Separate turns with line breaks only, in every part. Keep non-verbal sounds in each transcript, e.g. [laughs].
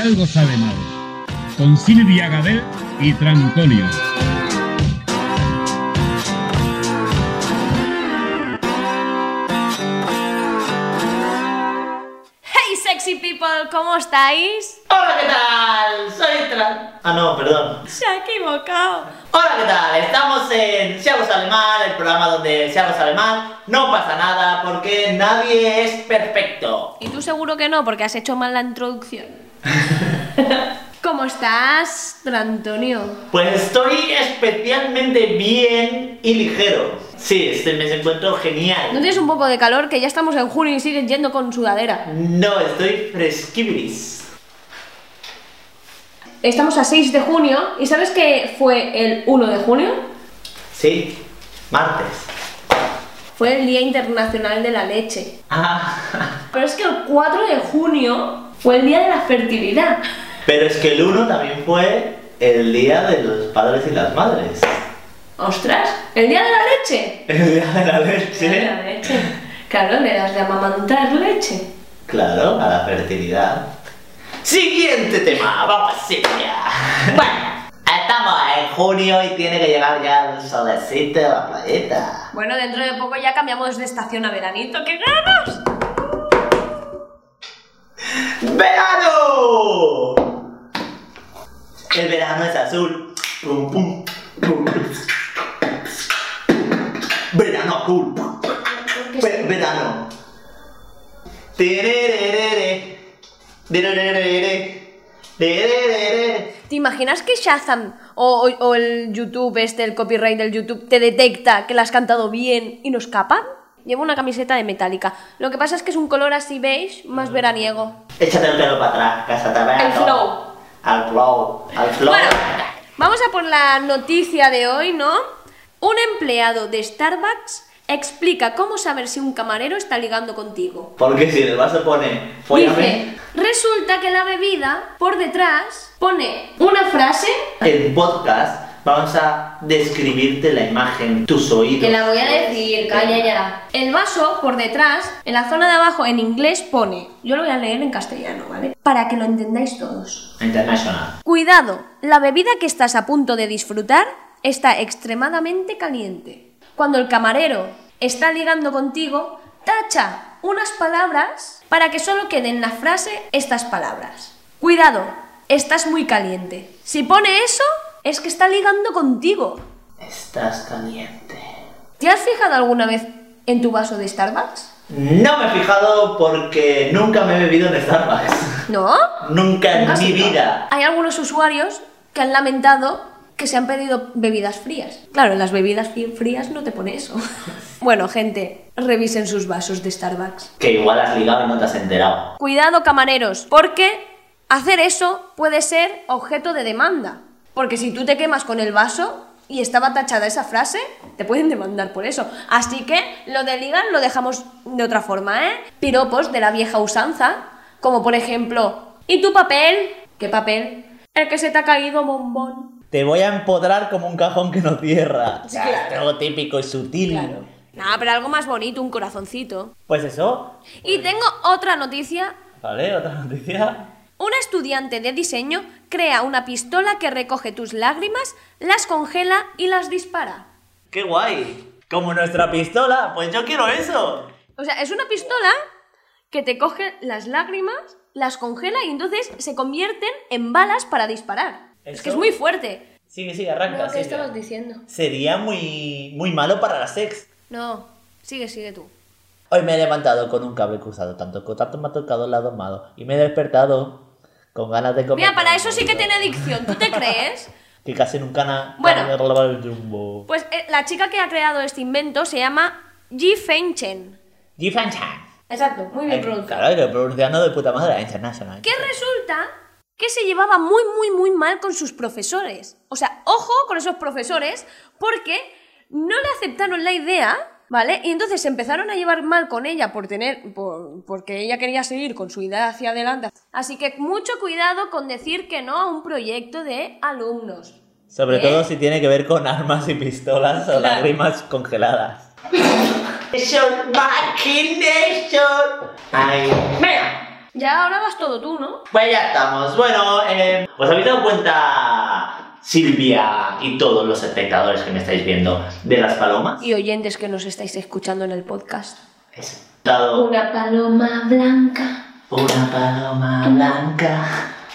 algo sabe mal. Con Silvia Gadel y Trancolio.
¡Hey, sexy people! ¿Cómo estáis?
Hola, ¿qué tal? Soy Tran. Ah, no, perdón.
Se ha equivocado.
Hola, ¿qué tal? Estamos en Si algo sale mal, el programa donde si algo sale mal no pasa nada porque nadie es perfecto.
Y tú seguro que no, porque has hecho mal la [laughs] introducción. ¿Cóón estás, Trantonio?
Pues estoy especialmente bien y ligero. Sí, este mes encuentro
¿No
genial.
tienes un poco de calor? Que ya estamos en junio y sigues yendo con sudadera.
No, estoy fresquibris.
Estamos a 6 de junio y ¿sabes qué fue el 1 de junio?
Sí, martes.
Fue el Día Internacional de la Leche.
Ah,
Pero es que el 4 de junio fue el Día de la Fertilidad.
[laughs] pero es que el 1 también fue el día de los padres y las madres.
¡Ostras! ¿El Día de la Leche?
El día de la
Dale
leche.
la leche. Claro, le das de amamantar leche.
Claro, a la fertilidad. Siguiente tema, vamos Silvia. Bueno, estamos en junio y tiene que llegar ya el solecito de la playeta.
Bueno, dentro de poco ya cambiamos de estación a veranito. ¡Qué ganas!
¡Verano! El verano es azul. Pum, pum, pum. Verano azul. Ve- verano. Tererere. Tererere. Tererere.
¿Te imaginas que Shazam o, o- o el YouTube, este, el copyright del YouTube, te detecta que la has cantado bien y nos capan? Llevo una camiseta de metálica. Lo que pasa es que es un color así beige, más veraniego.
Échate el pelo para atrás, casa taberna.
El flow.
Al flow. Al flow.
Bueno, vamos a por la noticia de hoy, ¿no? Un empleado de Starbucks explica cómo saber si un camarero está ligando contigo.
Porque si el vaso pone
Dice,
follame
resulta que la bebida por detrás pone una frase
en podcast, vamos a describirte la imagen, tus oídos.
que la voy a decir, calla ya. El vaso por detrás, en la zona de abajo en inglés pone, yo lo voy a leer en castellano, ¿vale? Para que lo entendáis todos.
International.
Cuidado, la bebida que estás a punto de disfrutar está extremadamente caliente. Cuando el camarero está ligando contigo, tacha unas palabras para que solo quede en la frase estas palabras. Cuidado, estás muy caliente. Si pone eso, es que está ligando contigo.
Estás caliente.
¿Te has fijado alguna vez en tu vaso de Starbucks?
No me he fijado porque nunca me he bebido en Starbucks. [laughs]
¿No?
nunca en
Nunca has
mi
fijado.
vida.
Hay algunos usuarios que han lamentado que se han pedido bebidas frías. Claro, en las bebidas fri- frías no te pone eso. [laughs] bueno, gente, revisen sus vasos de Starbucks.
Que igual has ligado y no te has enterado.
Cuidado, camareros, porque hacer eso puede ser objeto de demanda. Porque si tú te quemas con el vaso y estaba tachada esa frase, te pueden demandar por eso. Así que lo de ligar lo dejamos de otra forma, ¿eh? Piropos de la vieja usanza, como por ejemplo, ¿y tu papel? ¿Qué papel? El que se te ha caído bombón.
Te voy a empodrar como un cajón que no cierra.
Sí, claro.
algo típico y sutil.
Claro. No, pero algo más bonito, un corazoncito.
Pues eso.
Y tengo otra noticia
Vale, otra noticia.
Una estudiante de diseño crea una pistola que recoge tus lágrimas, las congela y las dispara.
¡Qué guay! Como nuestra pistola, pues yo quiero eso.
O sea, es una pistola que te coge las lágrimas, las congela y entonces se convierten en balas para disparar. Es que es
Eso.
muy fuerte.
Sigue, sigue, arranca.
No, ¿qué
sigue.
estabas diciendo?
Sería muy, muy malo para la sex.
No, sigue, sigue tú.
Hoy me he levantado con un cable cruzado, tanto con tanto me ha tocado el lado malo y me he despertado con ganas de comer.
Mira, para eso sí que tiene adicción, ¿tú te crees?
Que casi nunca na-
Bueno.
me roba el jumbo.
Pues eh, la chica que ha creado este invento se llama Ji Feng Chen.
Jifan Chan.
Exacto, muy
Ay, Claro, hay que pronunciarlo de puta madre, international.
Que resulta que se llevaba muy, muy, muy mal con sus profesores. O sea, ojo con esos profesores porque no le aceptaron la idea, ¿vale? Y entonces se empezaron a llevar mal con ella por tener, por- porque ella quería seguir con su idea hacia adelante. Así que mucho cuidado con decir que no a un proyecto de alumnos.
Sobre
¿Eh?
todo si tiene que ver con armas y pistolas o lágrimas congeladas.
Maquination. Ay.
Venga, Ya ahora vas todo tú, ¿no?
Pues ya estamos. Bueno, eh, ¿os habéis dado cuenta, Silvia y todos los espectadores que me estáis viendo, de las palomas?
Y oyentes que nos estáis escuchando en el podcast.
He dado
Una paloma blanca.
una paloma blanca.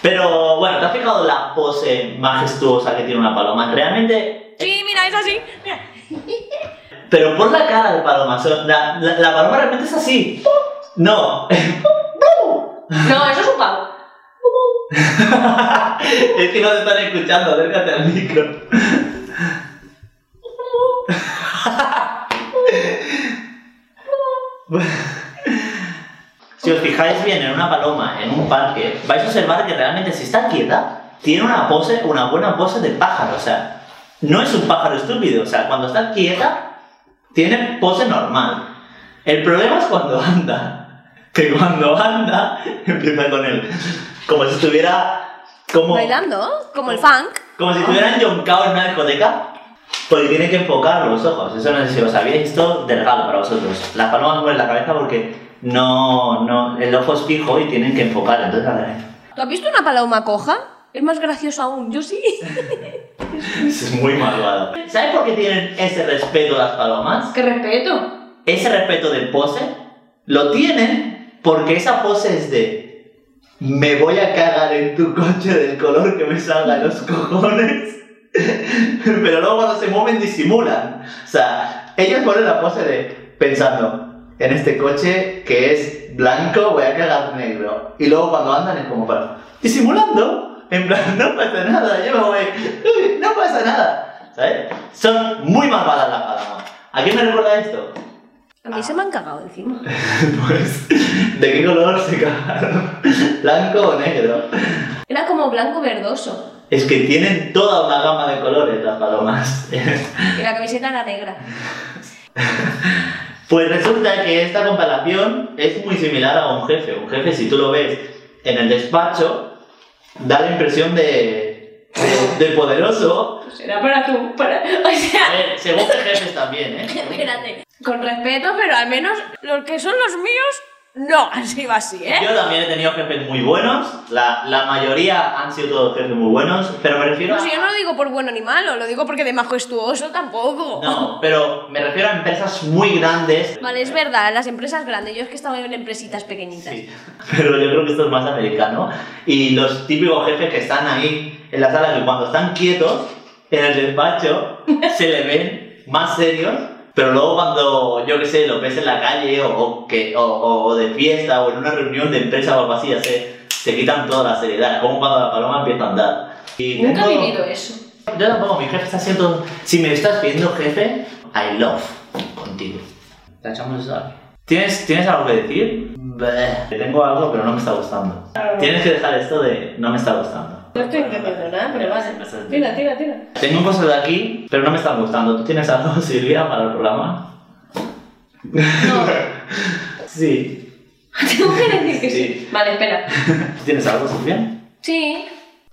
Pero bueno, ¿te has fijado la pose majestuosa que tiene una paloma? Realmente.
Sí, mira, es así. Mira.
Pero por la cara de paloma. o sea, la, la- la paloma realmente es así. No. [laughs]
No, eso es un pavo.
es que no te están escuchando, acércate al micro. si os fijáis bien en una paloma, en un parque, vais a observar que realmente si está quieta, tiene una pose, una buena pose de pájaro. O sea, no es un pájaro estúpido. O sea, cuando está quieta, tiene pose normal. El problema es cuando anda. Que cuando anda, [laughs] empieza con él. Como si estuviera. Como,
Bailando, como el funk.
como si estuvieran yoncados en una discoteca. Porque tienen que enfocar los ojos. Eso no sé si lo sabíais. Esto de regalo para vosotros. Las palomas mueven la cabeza porque no, no. El ojo es fijo y tienen que enfocar. Entonces, a ver. [laughs]
¿Tú has visto una paloma coja? Es más gracioso aún, yo sí.
Es muy malvado. ¿Sabes por qué tienen ese respeto las palomas?
[laughs] ¡Qué respeto!
Ese respeto de pose. Lo tienen porque esa pose es de. Me voy a cagar en tu coche del color que me salga de los cojones. [laughs] Pero luego cuando se mueven disimulan. O sea, ellos ponen la pose de pensando en este coche que es blanco, voy a cagar negro. Y luego cuando andan es como para disimulando. En plan, no pasa nada, yo me voy, [laughs] "Uy, no pasa nada. ¿Sabes? Son muy malvadas las palomas. ¿A quién me recuerda esto?
A mí se me han cagado encima.
[laughs] Pues, ¿de qué color se cagaron? [laughs] ¿Blanco o negro?
Era como blanco verdoso.
Es que tienen toda una gama de colores las palomas. [laughs]
Y la camiseta era negra.
Pues resulta que esta comparación es muy similar a un jefe. Un jefe, si tú lo ves en el despacho, da la impresión de, de, de poderoso.
Pues era para tú, para... [laughs] O
A
sea,
ver, según que jefes también,
[laughs]
¿eh?
Espérate. Con respeto, pero al menos los que son los míos, no, [laughs] así va así, ¿eh?
Yo también he tenido jefes muy buenos, la, la mayoría han sido todos jefes muy buenos, pero me refiero
No,
a...
si Pues yo no lo digo por bueno ni malo, lo digo porque de majestuoso tampoco.
No, pero me refiero a empresas muy grandes.
Vale, es verdad, las empresas grandes, yo es que estaba en empresitas pequeñitas.
Sí, [laughs] pero yo creo que esto es más americano. Y los típicos jefes que están ahí en la sala, que cuando están quietos en
[laughs]
el despacho, se le ven más serios, pero luego cuando, yo qué sé, los ves en la calle o, o que, o, o- o de fiesta o en una reunión de empresa o algo así, ya se, se quitan toda la seriedad, como cuando la paloma empieza a andar. Y
nunca he
tengo-
vivido eso.
Yo tampoco, mi jefe está haciendo... Si me estás pidiendo jefe, I love contigo. ¿Te echamos eso ahí. ¿Tienes, ¿Tienes algo que decir? Bleh. Tengo algo, pero no me está gustando. Tienes que dejar esto de no me está gustando.
No estoy entendiendo nada, pero vale. Tira, tira, tira.
Tengo cosas de aquí, pero no me están gustando. ¿Tú tienes algo, [laughs] Silvia, para el programa? Sí.
[laughs] Tengo que decir que sí.
Sí.
Vale, espera.
¿Tú tienes algo, Silvia?
Sí.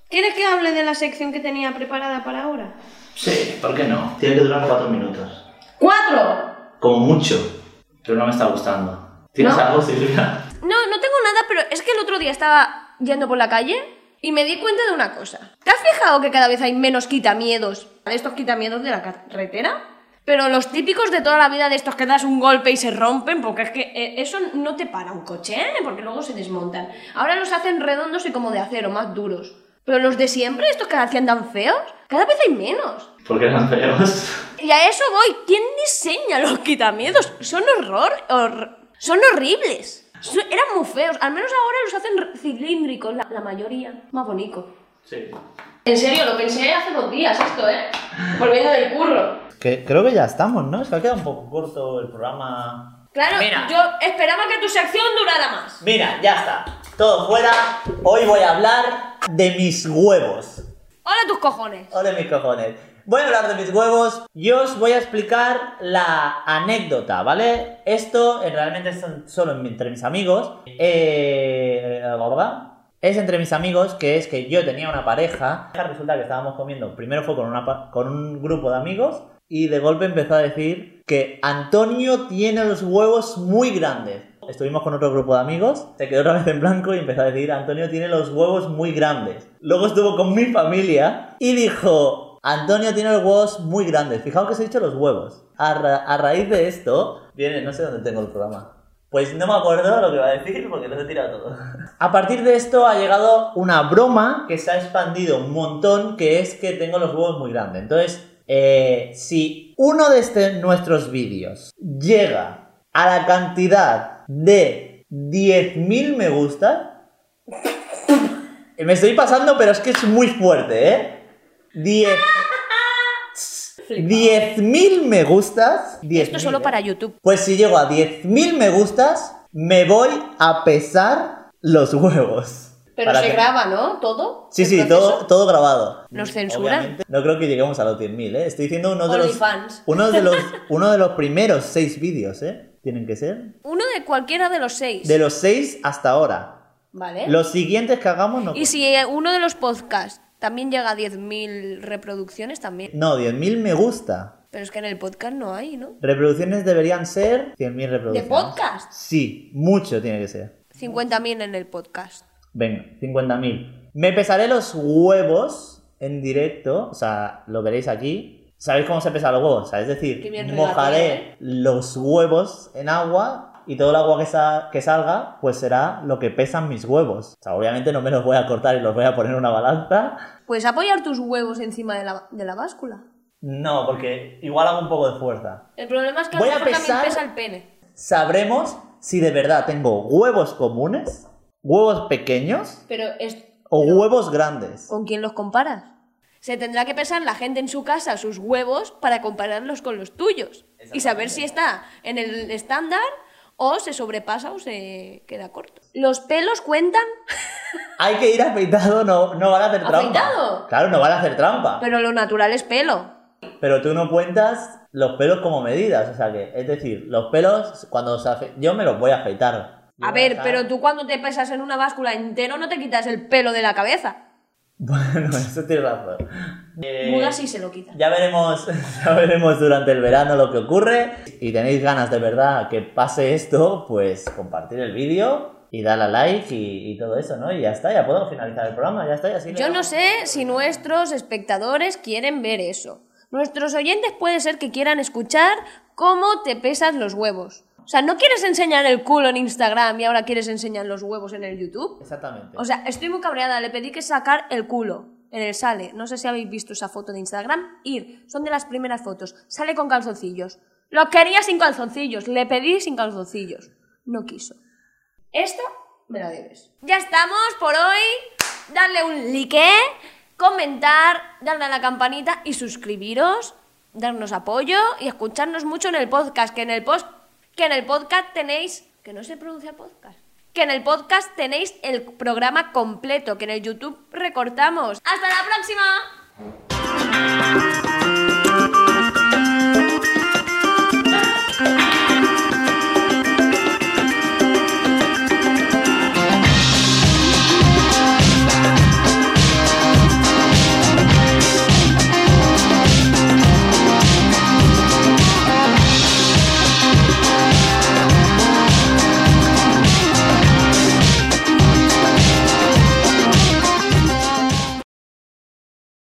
¿Quieres que hable de la sección que tenía preparada para ahora?
Sí, ¿por qué no? Tiene que durar cuatro minutos.
¡Cuatro!
Como mucho. Pero no me está gustando. ¿Tienes
No.
algo, Silvia? [laughs]
No, no tengo nada, pero es que el otro día estaba yendo por la calle y me di cuenta de una cosa. ¿Te has fijado que cada vez hay menos quitamiedos? De estos quitamiedos de la carretera. Pero los típicos de toda la vida de estos que das un golpe y se rompen, porque es que eh, eso no te para un coche, ¿eh? porque luego se desmontan. Ahora los hacen redondos y como de acero, más duros. Pero los de siempre, estos que hacían tan feos, cada vez hay menos.
Porque eran feos.
Y a eso voy. ¿Quién diseña los quitamiedos? Son horror. hor- son horribles. Su- Eran muy feos. Al menos ahora los hacen r- cilíndricos, la, la mayoría. Más bonito.
Sí.
En serio, lo pensé hace dos días esto, ¿eh? Volviendo del curro.
Que, creo que ya estamos, ¿no? Se ha quedado un poco corto el programa.
Claro,
Mira.
yo esperaba que tu sección durara más.
Mira, ya está. Todo fuera. Hoy voy a hablar de mis huevos.
Hola tus cojones.
Ole mis cojones. Voy a hablar de mis huevos y os voy a explicar la anécdota, ¿vale? Esto eh, realmente es solo en- entre mis amigos. Eh, eh, bla, bla, bla. es entre mis amigos que es que yo tenía una pareja. Resulta que estábamos comiendo. Primero fue con, una pa- con un grupo de amigos y de golpe empezó a decir que Antonio tiene los huevos muy grandes. estuvimos con otro grupo de amigos, se quedó otra [laughs] vez en blanco y empezó a decir, Antonio tiene los huevos muy grandes. Luego estuvo con mi familia y dijo, Antonio tiene los huevos muy grandes. Fijaos que se ha dicho los huevos. A, ra- a raíz de esto, viene, no sé dónde tengo el programa. Pues no me acuerdo lo que va a decir porque lo he tirado todo. [laughs] A partir de esto ha llegado una broma que se ha expandido un montón, que es que tengo los huevos muy grandes. Entonces, eh, si uno de este- nuestros vídeos llega a la cantidad de 10.000 me gustas,
[laughs]
me estoy pasando, pero es que es muy fuerte, ¿eh? 10... 10.000 me gustas. 10.000,
Esto solo
¿eh?
para YouTube.
Pues si llego a 10.000 me gustas, me voy a pesar los huevos.
Pero
Para
se
que-
graba, ¿no? ¿todo.
Sí,
¿El
sí,
proceso?
todo, todo grabado.
Nos censuran.
Obviamente, no creo que lleguemos a los 10.000, ¿eh? Estoy diciendo uno de los,
OnlyFans. [laughs]
uno de los, uno de los primeros seis vídeos, ¿eh? Tienen que ser.
Uno de cualquiera de los seis.
De los seis hasta ahora.
Vale.
Los siguientes que hagamos no...
¿Eh? Y si eh, uno de los podcasts también llega a 10.000 reproducciones, también.
No, 10.000 me gusta.
Pero es que en el podcast no hay, ¿no?
Reproducciones deberían ser 100.000
¿De
reproducciones.
podcast?
Sí, mucho tiene que ser.
50.000 en el podcast.
Venga, 50.000. Me pesaré los huevos en directo, o sea, lo veréis aquí. ¿Sabéis cómo se pesa los huevos? O sea, es
Qué
decir,
bien ¿eh?
mojaré los huevos en agua y todo el agua que, sa- que salga, pues será lo que pesan mis huevos. O sea, obviamente no me los voy a cortar y los voy a poner en una balanza.
Pues apoyar tus huevos encima de la, de la báscula.
No, porque igual hago un poco de fuerza.
El problema es que
Voy
a
a
lo mejor
pesar-
también pesa el pene.
Sabremos si de verdad tengo huevos comunes, huevos pequeños
Pero es...
o huevos grandes.
¿Con quién los comparas? Se tendrá que pesar la gente en su casa sus huevos para compararlos con los tuyos. Y saber si está en el estándar o se sobrepasa o se queda corto. ¿Los pelos cuentan?
Hay que ir afeitado, no, no van a hacer trampa.
¿Afeitado?
Claro, no van a hacer trampa.
Pero lo natural es pelo.
Pero tú no cuentas los pelos como medidas, o sea que, es decir, los pelos cuando se afe- yo me los voy a afeitar. Yo
A
voy
ver,
estar-
pero tú cuando te pesas en una báscula entero no te quitas el pelo de la cabeza.
[laughs] Bueno, eso tienes razón. Eh,
Mudas y se lo quitas.
Ya veremos, [laughs] ya veremos durante el verano lo que ocurre. Si tenéis ganas de verdad que pase esto, pues compartir el vídeo y darle a like y, y todo eso, ¿no? Y ya está, ya podemos finalizar el programa, ya está. y Así lo
Yo no
dejamos.
sé si nuestros espectadores quieren ver eso. Nuestros oyentes puede ser que quieran escuchar cómo te pesas los huevos. O sea, no quieres enseñar el culo en Instagram y ahora quieres enseñar los huevos en el YouTube.
Exactamente.
O sea, estoy muy cabreada, le pedí que sacar el culo en el sale. No sé si habéis visto esa foto de Instagram. Ir, son de las primeras fotos. Sale con calzoncillos. Lo quería sin calzoncillos, le pedí sin calzoncillos. No quiso. Esta me la debes. Ya estamos por hoy. Darle un like, comentar, darle a la campanita y suscribiros, darnos apoyo y escucharnos mucho en el podcast, que en el post que en el podcast tenéis, que no se pronuncia podcast, que en el podcast tenéis el programa completo, que en el YouTube recortamos. Hasta la próxima.